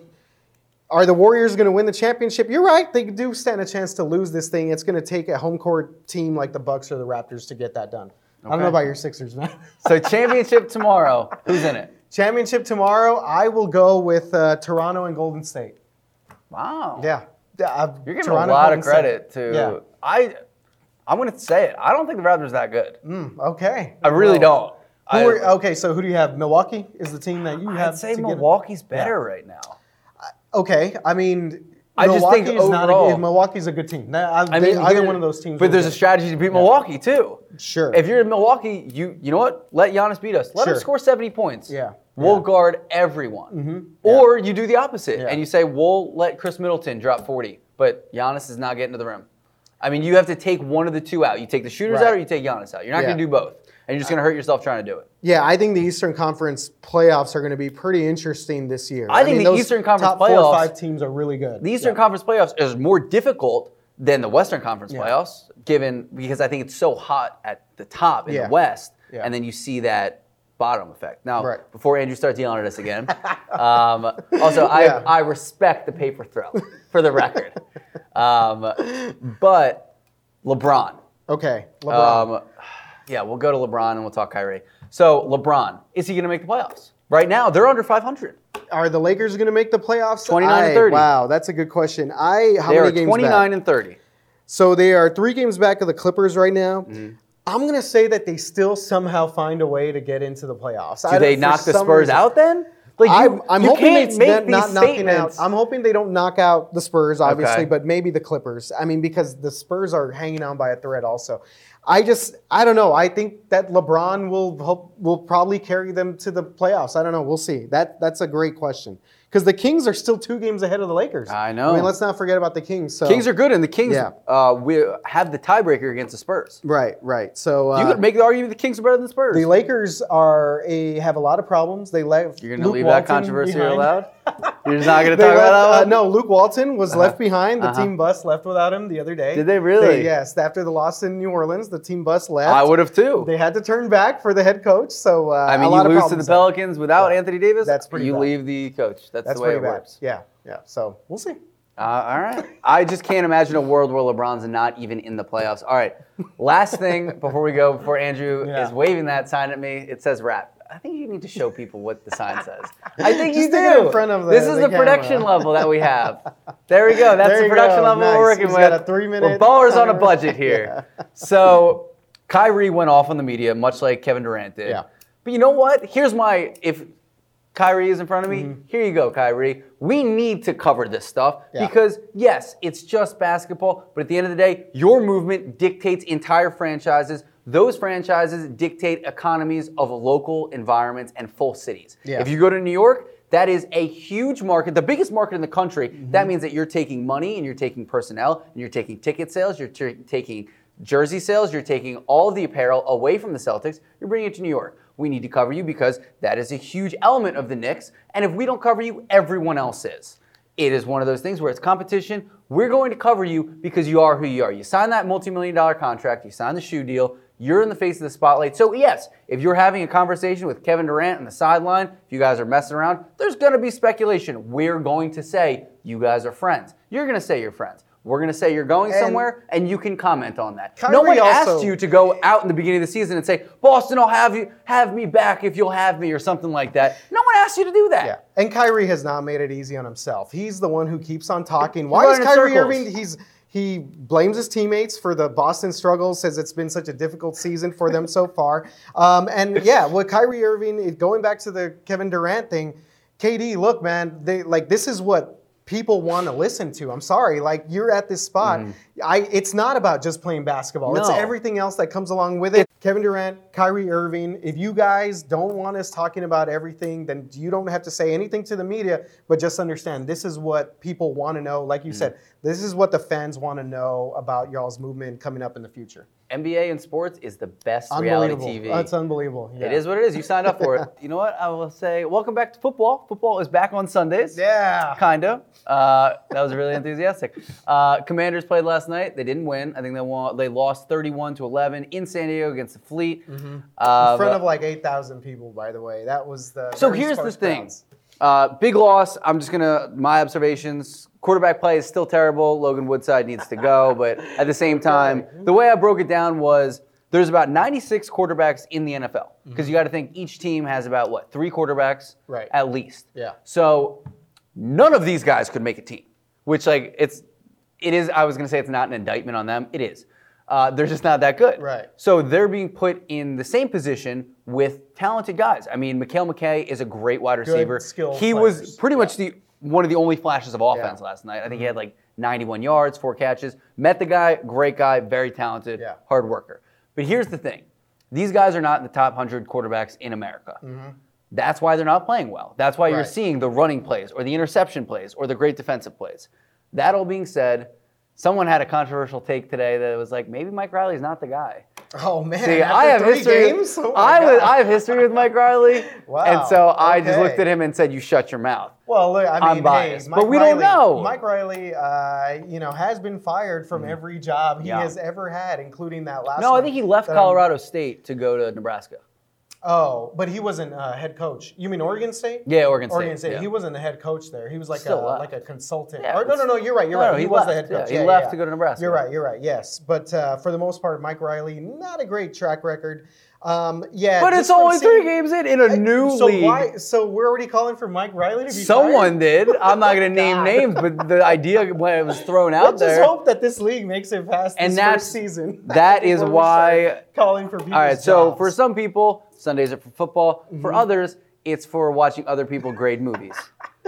Speaker 3: are the Warriors going to win the championship? You're right. They do stand a chance to lose this thing. It's going to take a home court team like the Bucks or the Raptors to get that done. I don't
Speaker 1: Okay.
Speaker 3: know about your Sixers, man.
Speaker 1: So championship tomorrow. Who's in it?
Speaker 3: championship tomorrow. I will go with uh, Toronto and Golden State.
Speaker 1: Wow.
Speaker 3: Yeah. Uh,
Speaker 1: You're giving
Speaker 3: Toronto,
Speaker 1: a lot
Speaker 3: Golden
Speaker 1: of
Speaker 3: State.
Speaker 1: credit to
Speaker 3: Yeah.
Speaker 1: I I'm gonna say it. I don't think the Raptors are that good.
Speaker 3: Mm, okay.
Speaker 1: I really don't.
Speaker 3: Who
Speaker 1: I,
Speaker 3: are- um, okay, so who do you have? Milwaukee is the team that you have.
Speaker 1: I'd say
Speaker 3: to get-
Speaker 1: Milwaukee's better right now.
Speaker 3: Okay, I mean,
Speaker 1: I just think
Speaker 3: Milwaukee's not a
Speaker 1: overall-
Speaker 3: good, Milwaukee's a good team. That- I,
Speaker 1: I
Speaker 3: they-
Speaker 1: mean,
Speaker 3: either
Speaker 1: here-
Speaker 3: one of those teams.
Speaker 1: But
Speaker 3: will
Speaker 1: there's
Speaker 3: get
Speaker 1: a strategy to beat Milwaukee too.
Speaker 3: it. sure.
Speaker 1: If you're in Milwaukee, you you know what? Let Giannis beat us. Let him
Speaker 3: Sure.
Speaker 1: score 70 points.
Speaker 3: Yeah.
Speaker 1: We'll
Speaker 3: Yeah. Mm-hmm.
Speaker 1: guard everyone. Or you do the opposite
Speaker 3: Yeah.
Speaker 1: and you say we'll let Chris Middleton drop 40, but Giannis is not getting to the rim. I mean, you have to take one of the two out. You take the shooters
Speaker 3: Right.
Speaker 1: out or you take Giannis out. You're not
Speaker 3: Yeah.
Speaker 1: going to do both. And you're just going to hurt yourself trying to do it.
Speaker 3: yeah, I think the Eastern Conference playoffs are going to be pretty interesting this year.
Speaker 1: I think the
Speaker 3: those
Speaker 1: Eastern Conference
Speaker 3: top four
Speaker 1: playoffs-
Speaker 3: or five teams are really good.
Speaker 1: The Eastern Conference playoffs is more difficult than the Western Conference
Speaker 3: Yeah.
Speaker 1: playoffs, given because I think it's so hot at the top in
Speaker 3: Yeah.
Speaker 1: the West,
Speaker 3: Yeah.
Speaker 1: and then you see that bottom effect. Now,
Speaker 3: Right.
Speaker 1: before Andrew starts yelling at us again, um, also I,
Speaker 3: Yeah.
Speaker 1: I respect the paper throw, for the record, um, but LeBron.
Speaker 3: okay, LeBron.
Speaker 1: Um, yeah, we'll go to LeBron and we'll talk Kyrie. So LeBron, is he going to make the playoffs? Right now, they're under 500.
Speaker 3: are the Lakers going to make the playoffs?
Speaker 1: 29 and
Speaker 3: I-
Speaker 1: 30.
Speaker 3: Wow, that's a good question. I how
Speaker 1: They
Speaker 3: many
Speaker 1: are
Speaker 3: games
Speaker 1: 29
Speaker 3: back?
Speaker 1: and 30.
Speaker 3: So they are three games back of the Clippers right now.
Speaker 1: Mm-hmm.
Speaker 3: I'm gonna say that they still somehow find a way to get into the playoffs.
Speaker 1: Do they knock the Spurs out then? Like
Speaker 3: I'm, I'm hoping
Speaker 1: can't
Speaker 3: it's
Speaker 1: make
Speaker 3: them
Speaker 1: these
Speaker 3: not knocking out.
Speaker 1: statements.
Speaker 3: I'm hoping they don't knock out the Spurs, obviously,
Speaker 1: Okay.
Speaker 3: but maybe the Clippers. I mean, because the Spurs are hanging on by a thread. Also, I just I don't know. I think that LeBron will hope, will probably carry them to the playoffs. I don't know. We'll see. That that's a great question because the Kings are still two games ahead of the Lakers.
Speaker 1: I know.
Speaker 3: I mean, let's not forget about the Kings. So
Speaker 1: Kings are good, and the Kings
Speaker 3: Yeah.
Speaker 1: uh, we have the tiebreaker against the Spurs.
Speaker 3: right, right. So uh,
Speaker 1: You could make the argument the Kings are better than the Spurs.
Speaker 3: The Lakers are a have a lot of problems. They left.
Speaker 1: You're gonna
Speaker 3: Luke
Speaker 1: leave that
Speaker 3: Walton
Speaker 1: controversy
Speaker 3: behind.
Speaker 1: allowed? You're just not gonna
Speaker 3: They
Speaker 1: talk
Speaker 3: left-
Speaker 1: about that
Speaker 3: uh,
Speaker 1: one?
Speaker 3: no, Luke Walton was left behind. The
Speaker 1: Uh-huh.
Speaker 3: team bus left without him the other day.
Speaker 1: Did they really?
Speaker 3: yes. After the loss in New Orleans, the team bus left.
Speaker 1: I would have too.
Speaker 3: They had to turn back for the head coach. So uh,
Speaker 1: I
Speaker 3: a
Speaker 1: mean,
Speaker 3: lot
Speaker 1: you
Speaker 3: of
Speaker 1: lose to the
Speaker 3: problems there.
Speaker 1: Pelicans without Anthony Davis.
Speaker 3: That's pretty
Speaker 1: You
Speaker 3: bad.
Speaker 1: leave the coach. That's,
Speaker 3: That's
Speaker 1: the way it
Speaker 3: pretty bad.
Speaker 1: works.
Speaker 3: Yeah, yeah. So we'll see.
Speaker 1: Uh, all right. I just can't imagine a world where LeBron's not even in the playoffs. All right. Last thing before we go, before Andrew
Speaker 3: Yeah.
Speaker 1: is waving that sign at me, it says wrap. I think you need to show people what the sign says. I think
Speaker 3: Just
Speaker 1: you
Speaker 3: stick it
Speaker 1: do.
Speaker 3: in front of the-
Speaker 1: this is the,
Speaker 3: the
Speaker 1: production
Speaker 3: camera.
Speaker 1: level that we have. There we go. That's
Speaker 3: There
Speaker 1: the
Speaker 3: you
Speaker 1: production
Speaker 3: go.
Speaker 1: level
Speaker 3: Nice.
Speaker 1: we're working
Speaker 3: He's
Speaker 1: with.
Speaker 3: got a three-minute
Speaker 1: We're ballers on a
Speaker 3: timer.
Speaker 1: budget here. So Kyrie went off on the media, much like Kevin Durant did.
Speaker 3: Yeah.
Speaker 1: But you know what? Here's my if Kyrie is in front of me.
Speaker 3: Mm-hmm.
Speaker 1: Here you go, Kyrie. We need to cover this stuff
Speaker 3: Yeah.
Speaker 1: because yes, it's just basketball, but at the end of the day, your movement dictates entire franchises. Those franchises dictate economies of local environments and full cities.
Speaker 3: Yeah.
Speaker 1: If you go to New York, that is a huge market, the biggest market in the country. That means that you're taking money and you're taking personnel and you're taking ticket sales, you're t- taking jersey sales, you're taking all of the apparel away from the Celtics, you're bringing it to New York. We need to cover you because that is a huge element of the Knicks. And if we don't cover you, everyone else is. It is one of those things where it's competition. We're going to cover you because you are who you are. You sign that multi-million dollar contract, you sign the shoe deal, you're in the face of the spotlight. So yes, if you're having a conversation with Kevin Durant on the sideline, if you guys are messing around, there's going to be speculation. We're going to say you guys are friends. You're going to say you're friends. We're going to say you're going
Speaker 3: And-
Speaker 1: somewhere and you can comment on that.
Speaker 3: Kyrie
Speaker 1: no one asked
Speaker 3: also-
Speaker 1: you to go out in the beginning of the season and say, "Boston, I'll have you have me back if you'll have me" or something like that. No one asked you to do that.
Speaker 3: Yeah, and Kyrie has not made it easy on himself. He's the one who keeps on talking. Why
Speaker 1: running
Speaker 3: is
Speaker 1: in
Speaker 3: Kyrie
Speaker 1: circles.
Speaker 3: Irving? He's he blames his teammates for the Boston struggle. Says it's been such a difficult season for them so far. Um, and yeah, what Kyrie Irving it- going back to the Kevin Durant thing. KD, look, man, they like this is what people want to listen to. I'm sorry, like you're at this spot. I it's not about just playing basketball. It's
Speaker 1: Mm. No.
Speaker 3: everything else that comes along with it. Kevin Durant, Kyrie Irving, if you guys don't want us talking about everything, then you don't have to say anything to the media, but just understand this is what people
Speaker 1: Mm.
Speaker 3: want to know. Like you said, this is what the fans want to know about y'all's movement coming up in the future.
Speaker 1: NBA and sports is the best reality
Speaker 3: Unbelievable.
Speaker 1: TV.
Speaker 3: That's unbelievable. Yeah.
Speaker 1: It is what it is. You signed up for it. You know what? I will say, welcome back to football. Football is back on Sundays.
Speaker 3: Yeah.
Speaker 1: Kind of. Uh, that was really enthusiastic. Uh, Commanders played last night. They didn't win. I think they won. They lost 31 to 11 in San Diego against the Fleet. Uh,
Speaker 3: Mm-hmm. In front of
Speaker 1: but-
Speaker 3: like 8,000 people, by the way. That was the.
Speaker 1: so
Speaker 3: very
Speaker 1: here's the
Speaker 3: sparse
Speaker 1: thing.
Speaker 3: crowds.
Speaker 1: Uh, big loss. I'm just gonna my observations. Quarterback play is still terrible. Logan Woodside needs to go, but at the same time, the way I broke it down was there's about 96 quarterbacks in the NFL because you got to think each team has about what three quarterbacks
Speaker 3: Mm-hmm. Right.
Speaker 1: at least.
Speaker 3: Yeah.
Speaker 1: So none of these guys could make a team, which like it's it is. I was gonna say it's not an indictment on them. It is. Uh, they're just not that good.
Speaker 3: Right.
Speaker 1: So they're being put in the same position with talented guys. I mean, Mikhail McKay is a great wide receiver.
Speaker 3: skilled
Speaker 1: he
Speaker 3: players.
Speaker 1: was pretty much the one of the only flashes of offense
Speaker 3: Yeah.
Speaker 1: last night. I think he had like 91 yards, four catches. Met the guy, great guy, very talented,
Speaker 3: Yeah.
Speaker 1: hard worker. But here's the thing: these guys are not in the top 100 quarterbacks in America. That's why they're not playing well. That's why you're
Speaker 3: Mm-hmm. Right.
Speaker 1: seeing the running plays or the interception plays or the great defensive plays. That all being said, someone had a controversial take today that was like maybe Mike Riley's not the guy.
Speaker 3: Oh, man.
Speaker 1: See,
Speaker 3: after
Speaker 1: I have
Speaker 3: three
Speaker 1: history.
Speaker 3: Games? Oh my
Speaker 1: I was,
Speaker 3: God.
Speaker 1: I have history with Mike Riley,
Speaker 3: Wow,
Speaker 1: and so I just
Speaker 3: okay.
Speaker 1: looked at him and said, "You shut your mouth."
Speaker 3: Well, look, I
Speaker 1: I'm
Speaker 3: mean, hey,
Speaker 1: biased,
Speaker 3: Mike
Speaker 1: but we don't
Speaker 3: Riley-
Speaker 1: know. Mm.
Speaker 3: Mike Riley, uh, you know, has been fired from every job he
Speaker 1: Yeah.
Speaker 3: has ever had, including that last.
Speaker 1: No, I
Speaker 3: one
Speaker 1: think he left
Speaker 3: that I'm-
Speaker 1: Colorado State to go to Nebraska.
Speaker 3: Oh, but he wasn't uh, head coach. You mean Oregon State?
Speaker 1: Yeah, Oregon State.
Speaker 3: Oregon State.
Speaker 1: yeah.
Speaker 3: He wasn't the head coach there. He was like
Speaker 1: Still
Speaker 3: a
Speaker 1: left.
Speaker 3: like a consultant.
Speaker 1: Yeah,
Speaker 3: or, no, no, no. You're right. You're
Speaker 1: No,
Speaker 3: right.
Speaker 1: no,
Speaker 3: he,
Speaker 1: he
Speaker 3: was the head
Speaker 1: left, yeah,
Speaker 3: coach.
Speaker 1: he left to go to Nebraska.
Speaker 3: You're right. You're right. Yes, but uh, for the most part, Mike Riley not a great track record. Um, yeah,
Speaker 1: but
Speaker 3: just
Speaker 1: it's
Speaker 3: from
Speaker 1: only three
Speaker 3: seeing-
Speaker 1: games in in a new
Speaker 3: so
Speaker 1: league.
Speaker 3: why? So we're already calling for Mike Riley to be
Speaker 1: Someone
Speaker 3: fired?
Speaker 1: did. I'm not going to name
Speaker 3: Oh, God.
Speaker 1: names, but the idea when it was thrown
Speaker 3: I
Speaker 1: out
Speaker 3: just
Speaker 1: there.
Speaker 3: hope that this league makes it past
Speaker 1: And
Speaker 3: this
Speaker 1: that's-
Speaker 3: first season.
Speaker 1: that is
Speaker 3: Before we
Speaker 1: why-
Speaker 3: start calling for Mm-hmm. people's
Speaker 1: All right. So
Speaker 3: jobs.
Speaker 1: for some people, Sundays are for football. For others, it's for watching other people grade movies.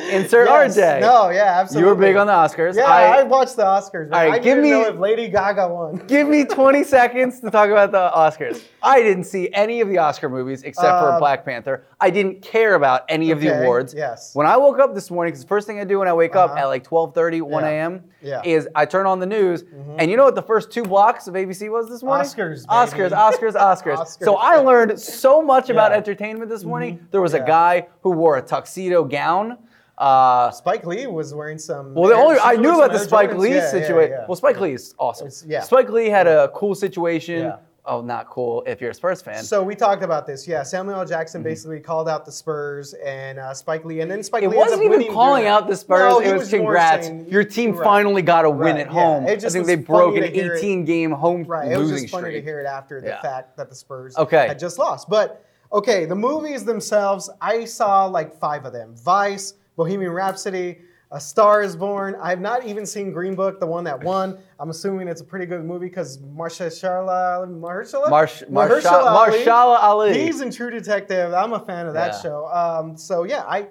Speaker 1: Insert our
Speaker 3: Yes.
Speaker 1: day.
Speaker 3: No, yeah, absolutely.
Speaker 1: You were big on the Oscars.
Speaker 3: Yeah, I, watched the Oscars. Man.
Speaker 1: All right,
Speaker 3: I
Speaker 1: give
Speaker 3: didn't
Speaker 1: me-
Speaker 3: know if Lady Gaga won.
Speaker 1: Give me 20 seconds to talk about the Oscars. I didn't see any of the Oscar movies except for
Speaker 3: Um,
Speaker 1: Black Panther. I didn't care about any of the
Speaker 3: okay,
Speaker 1: awards.
Speaker 3: yes.
Speaker 1: When I woke up this morning, because the first thing I do when I wake up
Speaker 3: Uh-huh.
Speaker 1: at like 12:30, 1
Speaker 3: Yeah.
Speaker 1: a.m.
Speaker 3: Yeah. Mm-hmm.
Speaker 1: is I turn on the news, and you know what the first two blocks of ABC was this morning?
Speaker 3: Oscars,
Speaker 1: Oscars,
Speaker 3: baby.
Speaker 1: Oscars, Oscars.
Speaker 3: Oscars.
Speaker 1: So I learned so much about
Speaker 3: Yeah. Mm-hmm.
Speaker 1: entertainment this morning. There was a
Speaker 3: Yeah.
Speaker 1: guy who wore a tuxedo gown. Uh,
Speaker 3: Spike Lee was wearing some.
Speaker 1: well, the
Speaker 3: Air-
Speaker 1: only
Speaker 3: she
Speaker 1: I
Speaker 3: was
Speaker 1: knew
Speaker 3: wearing
Speaker 1: about the
Speaker 3: some Air
Speaker 1: Spike
Speaker 3: Jordans.
Speaker 1: Lee
Speaker 3: Yeah, yeah,
Speaker 1: situation.
Speaker 3: yeah.
Speaker 1: Well, Spike Lee is awesome.
Speaker 3: It's- yeah.
Speaker 1: Spike Lee had a cool situation.
Speaker 3: Yeah.
Speaker 1: Oh, not cool if you're a Spurs fan.
Speaker 3: So we talked about this. Yeah, Samuel L. Jackson basically called out the Spurs and uh, Spike Lee, and then Spike
Speaker 1: Mm-hmm. it
Speaker 3: Lee. ends
Speaker 1: wasn't
Speaker 3: up
Speaker 1: even
Speaker 3: winning
Speaker 1: calling
Speaker 3: during
Speaker 1: out the
Speaker 3: that.
Speaker 1: Spurs.
Speaker 3: No, he
Speaker 1: it was
Speaker 3: more
Speaker 1: congrats.
Speaker 3: saying-
Speaker 1: Your team
Speaker 3: Right.
Speaker 1: finally got a win at
Speaker 3: Right, yeah.
Speaker 1: home.
Speaker 3: It
Speaker 1: I
Speaker 3: just
Speaker 1: think
Speaker 3: was
Speaker 1: they
Speaker 3: funny
Speaker 1: broke
Speaker 3: to
Speaker 1: an
Speaker 3: hear it.
Speaker 1: 18 game home
Speaker 3: Right. It was
Speaker 1: losing
Speaker 3: just funny
Speaker 1: streak.
Speaker 3: to hear it after the
Speaker 1: Yeah.
Speaker 3: fact that the Spurs
Speaker 1: Okay.
Speaker 3: had just lost. But okay, the movies themselves, I saw like five of them: Vice, Bohemian Rhapsody, A Star Is Born. I've not even seen Green Book, the one that won. I'm assuming it's a pretty good movie because Marsha Sharla, Marshala,
Speaker 1: Marsh- Marsha-
Speaker 3: Mahershala Ali.
Speaker 1: Marshala Ali.
Speaker 3: He's in True Detective. I'm a fan of that
Speaker 1: Yeah.
Speaker 3: show. Um, so yeah, I,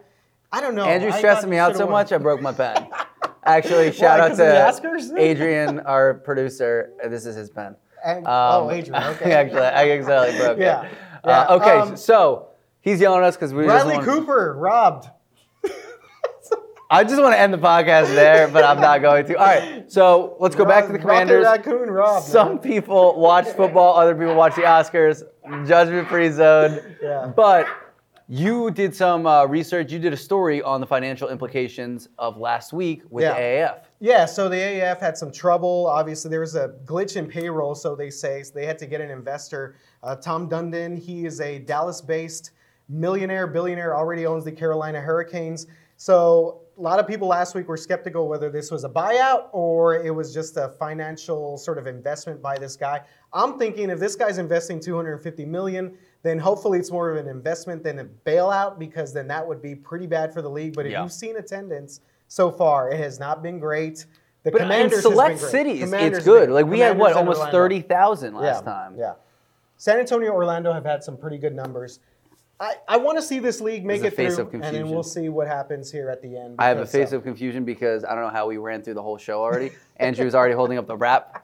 Speaker 3: I don't know.
Speaker 1: Andrew's
Speaker 3: oh, I
Speaker 1: stressing
Speaker 3: thought
Speaker 1: me
Speaker 3: he
Speaker 1: out
Speaker 3: should've
Speaker 1: so
Speaker 3: won.
Speaker 1: much, I broke my pen. Actually, shout out
Speaker 3: 'cause of the
Speaker 1: to
Speaker 3: Oscars?
Speaker 1: Adrian, our producer. This is his pen.
Speaker 3: And-
Speaker 1: Um,
Speaker 3: oh, Adrian. Okay.
Speaker 1: actually, I accidentally broke
Speaker 3: Yeah,
Speaker 1: it.
Speaker 3: yeah.
Speaker 1: Uh, okay,
Speaker 3: Um,
Speaker 1: so he's yelling at us because we just
Speaker 3: Bradley
Speaker 1: want-
Speaker 3: Cooper robbed.
Speaker 1: I just want to end the podcast there, but I'm not going to. All right, so let's go back to the
Speaker 3: Rock- Rocky
Speaker 1: Commanders.
Speaker 3: Raccoon Rob.
Speaker 1: Some people watch football, other people watch the Oscars. Judgment free zone.
Speaker 3: Yeah.
Speaker 1: But you did some uh, research. You did a story on the financial implications of last week with
Speaker 3: Yeah.
Speaker 1: AAF.
Speaker 3: Yeah, so the AAF had some trouble. Obviously, there was a glitch in payroll, so they say so they had to get an investor. Uh, Tom Dundon, he is a Dallas based millionaire, billionaire, already owns the Carolina Hurricanes. So, a lot of people last week were skeptical whether this was a buyout or it was just a financial sort of investment by this guy. I'm thinking if this guy's investing 250 million, then hopefully it's more of an investment than a bailout because then that would be pretty bad for the league. But if
Speaker 1: Yeah.
Speaker 3: you've seen attendance so far, it has not been great. The
Speaker 1: But in
Speaker 3: Commanders has
Speaker 1: select
Speaker 3: been great.
Speaker 1: cities,
Speaker 3: Commanders
Speaker 1: it's good.
Speaker 3: been-
Speaker 1: Like we had what
Speaker 3: Commanders and
Speaker 1: almost
Speaker 3: Orlando.
Speaker 1: thirty thousand last
Speaker 3: yeah,
Speaker 1: time.
Speaker 3: Yeah. San Antonio, Orlando have had some pretty good numbers. I, I want to see this league make
Speaker 1: There's a
Speaker 3: it
Speaker 1: face
Speaker 3: through,
Speaker 1: of
Speaker 3: and then
Speaker 1: confusion.
Speaker 3: we'll see what happens here at the end.
Speaker 1: I have a
Speaker 3: because,
Speaker 1: face
Speaker 3: uh,
Speaker 1: of confusion because I don't know how we ran through the whole show already. Andrew was already holding up the wrap.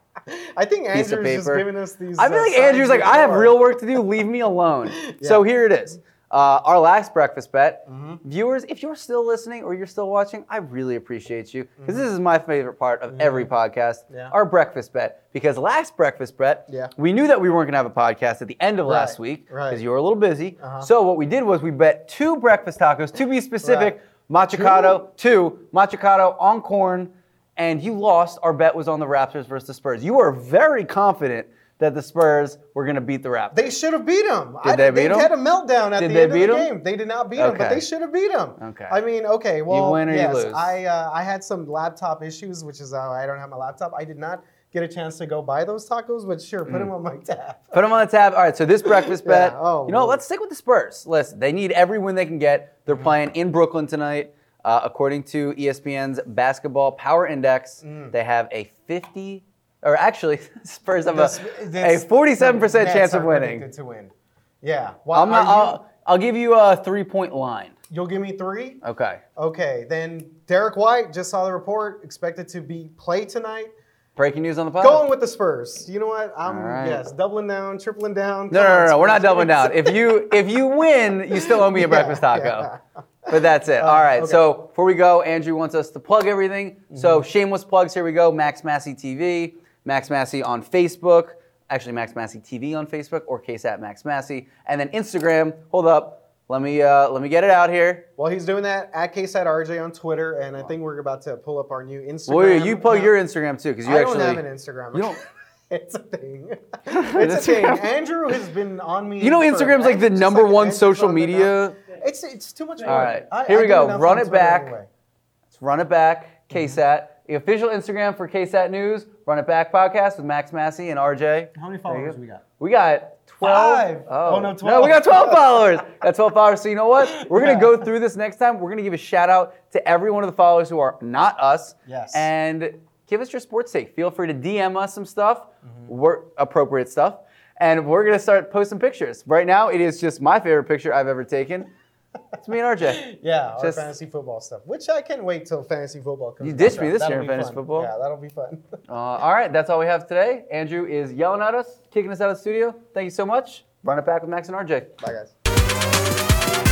Speaker 3: I think
Speaker 1: piece
Speaker 3: Andrew's
Speaker 1: of
Speaker 3: just
Speaker 1: paper.
Speaker 3: giving us these.
Speaker 1: I feel
Speaker 3: uh,
Speaker 1: like
Speaker 3: signs
Speaker 1: Andrew's like,
Speaker 3: with
Speaker 1: I have
Speaker 3: the
Speaker 1: real
Speaker 3: door."
Speaker 1: work to do. Leave me alone. So here it is. Uh, Uh, our last breakfast bet,
Speaker 3: Mm-hmm.
Speaker 1: viewers, if you're still listening or you're still watching, I really appreciate you because this is my favorite part of every podcast.
Speaker 3: Mm-hmm. Yeah.
Speaker 1: Our breakfast bet, because last breakfast bet,
Speaker 3: Yeah.
Speaker 1: we knew that we weren't gonna have a podcast at the end of last
Speaker 3: Right,
Speaker 1: week because
Speaker 3: right.
Speaker 1: you were a little busy.
Speaker 3: Uh-huh.
Speaker 1: So what we did was we bet two breakfast tacos, to be specific, machacado two, machacado on corn, and you lost. Our bet was on the Raptors versus the Spurs. You were very confident that the Spurs were gonna beat the Raptors.
Speaker 3: They should have beat him.
Speaker 1: Did
Speaker 3: I,
Speaker 1: they
Speaker 3: they
Speaker 1: beat 'em?
Speaker 3: had a meltdown at
Speaker 1: Did
Speaker 3: the
Speaker 1: they
Speaker 3: end of
Speaker 1: beat
Speaker 3: the
Speaker 1: 'em?
Speaker 3: game. They did not beat him,
Speaker 1: Okay.
Speaker 3: but they should have beat him.
Speaker 1: Okay.
Speaker 3: I mean, okay, well,
Speaker 1: win or you
Speaker 3: yes,
Speaker 1: lose.
Speaker 3: I uh, I had some laptop issues, which is uh, I don't have my laptop. I did not get a chance to go buy those tacos, but sure, put them
Speaker 1: Mm.
Speaker 3: on my tab.
Speaker 1: Put them on the tab. All right, so this breakfast bet.
Speaker 3: Yeah, oh,
Speaker 1: you know, what,
Speaker 3: Lord.
Speaker 1: let's stick with the Spurs. Listen, they need every win they can get.
Speaker 3: Mm-hmm.
Speaker 1: They're playing in Brooklyn tonight. Uh, according to ESPN's Basketball Power Index,
Speaker 3: Mm.
Speaker 1: they have a 50, or actually, Spurs have
Speaker 3: That's-
Speaker 1: a, a
Speaker 3: that's-
Speaker 1: 47%
Speaker 3: Nets
Speaker 1: chance of
Speaker 3: are
Speaker 1: winning.
Speaker 3: predicted To win. Yeah. Well,
Speaker 1: I'm not,
Speaker 3: are you,
Speaker 1: I'll, I'll give you a three point line.
Speaker 3: you'll give me three.
Speaker 1: Okay.
Speaker 3: Okay. Then Derek White just saw the report. Expected to be play tonight.
Speaker 1: Breaking news on the pod.
Speaker 3: Going with the Spurs. You know what? I'm
Speaker 1: Oh. All right.
Speaker 3: yes, doubling down, tripling down.
Speaker 1: no,
Speaker 3: Come
Speaker 1: no,
Speaker 3: on,
Speaker 1: no, no. We're not
Speaker 3: Spurs.
Speaker 1: doubling down. If you if you win, you still owe me a breakfast taco.
Speaker 3: yeah. Oh,
Speaker 1: But that's it. All right.
Speaker 3: okay. Mm-hmm.
Speaker 1: So before we go, Andrew wants us to plug everything. So shameless plugs. Here we go. Max Massey TV. Max Massey on Facebook. Actually, Max Massey TV on Facebook or Case at Max Massey, and then Instagram. Hold up. Let me uh, let me get it out here.
Speaker 3: Well, he's doing that at KSatRJ on Twitter, and I think we're about to pull up our new Instagram.
Speaker 1: Well, you plug
Speaker 3: No,
Speaker 1: your Instagram too, because you
Speaker 3: I
Speaker 1: actually
Speaker 3: don't have an Instagram.
Speaker 1: you don't-
Speaker 3: it's a thing. It's a thing. Andrew has been on me.
Speaker 1: You know,
Speaker 3: for-
Speaker 1: Instagram's like the
Speaker 3: Just
Speaker 1: number
Speaker 3: like
Speaker 1: one
Speaker 3: Andrew's
Speaker 1: social
Speaker 3: on the-
Speaker 1: media.
Speaker 3: It's it's too much.
Speaker 1: All
Speaker 3: work.
Speaker 1: right.
Speaker 3: I-
Speaker 1: Here
Speaker 3: I
Speaker 1: we
Speaker 3: do
Speaker 1: go.
Speaker 3: enough
Speaker 1: Run
Speaker 3: on
Speaker 1: it
Speaker 3: Twitter
Speaker 1: back.
Speaker 3: anyway.
Speaker 1: Let's run it back.
Speaker 3: Mm-hmm.
Speaker 1: KSAT. The official Instagram for KSAT News, Run It Back podcast with Max Massey and RJ.
Speaker 3: How many
Speaker 1: There you
Speaker 3: followers
Speaker 1: go.
Speaker 3: we got?
Speaker 1: We got 12.
Speaker 3: Five. Oh, no,
Speaker 1: No,
Speaker 3: 12.
Speaker 1: we got 12 followers. That's 12 followers. So you know what? We're going
Speaker 3: Yeah.
Speaker 1: to go through this next time. We're going to give a shout out to every one of the followers who are not us.
Speaker 3: Yes.
Speaker 1: And give us your sports take. Feel free to DM us some stuff, we're, appropriate stuff. And we're going to start posting pictures. Right now, it is just my favorite picture I've ever taken. It's me and RJ.
Speaker 3: Yeah, our
Speaker 1: Just-
Speaker 3: fantasy football stuff, which I can't wait till fantasy football comes.
Speaker 1: You
Speaker 3: back
Speaker 1: ditched me
Speaker 3: up.
Speaker 1: this
Speaker 3: That'll
Speaker 1: year in
Speaker 3: be
Speaker 1: fantasy
Speaker 3: fun.
Speaker 1: football.
Speaker 3: Yeah, that'll be fun.
Speaker 1: Uh, all right, that's all we have today. Andrew is yelling at us, kicking us out of the studio. Thank you so much. Run it back with Max and RJ.
Speaker 3: Bye, guys.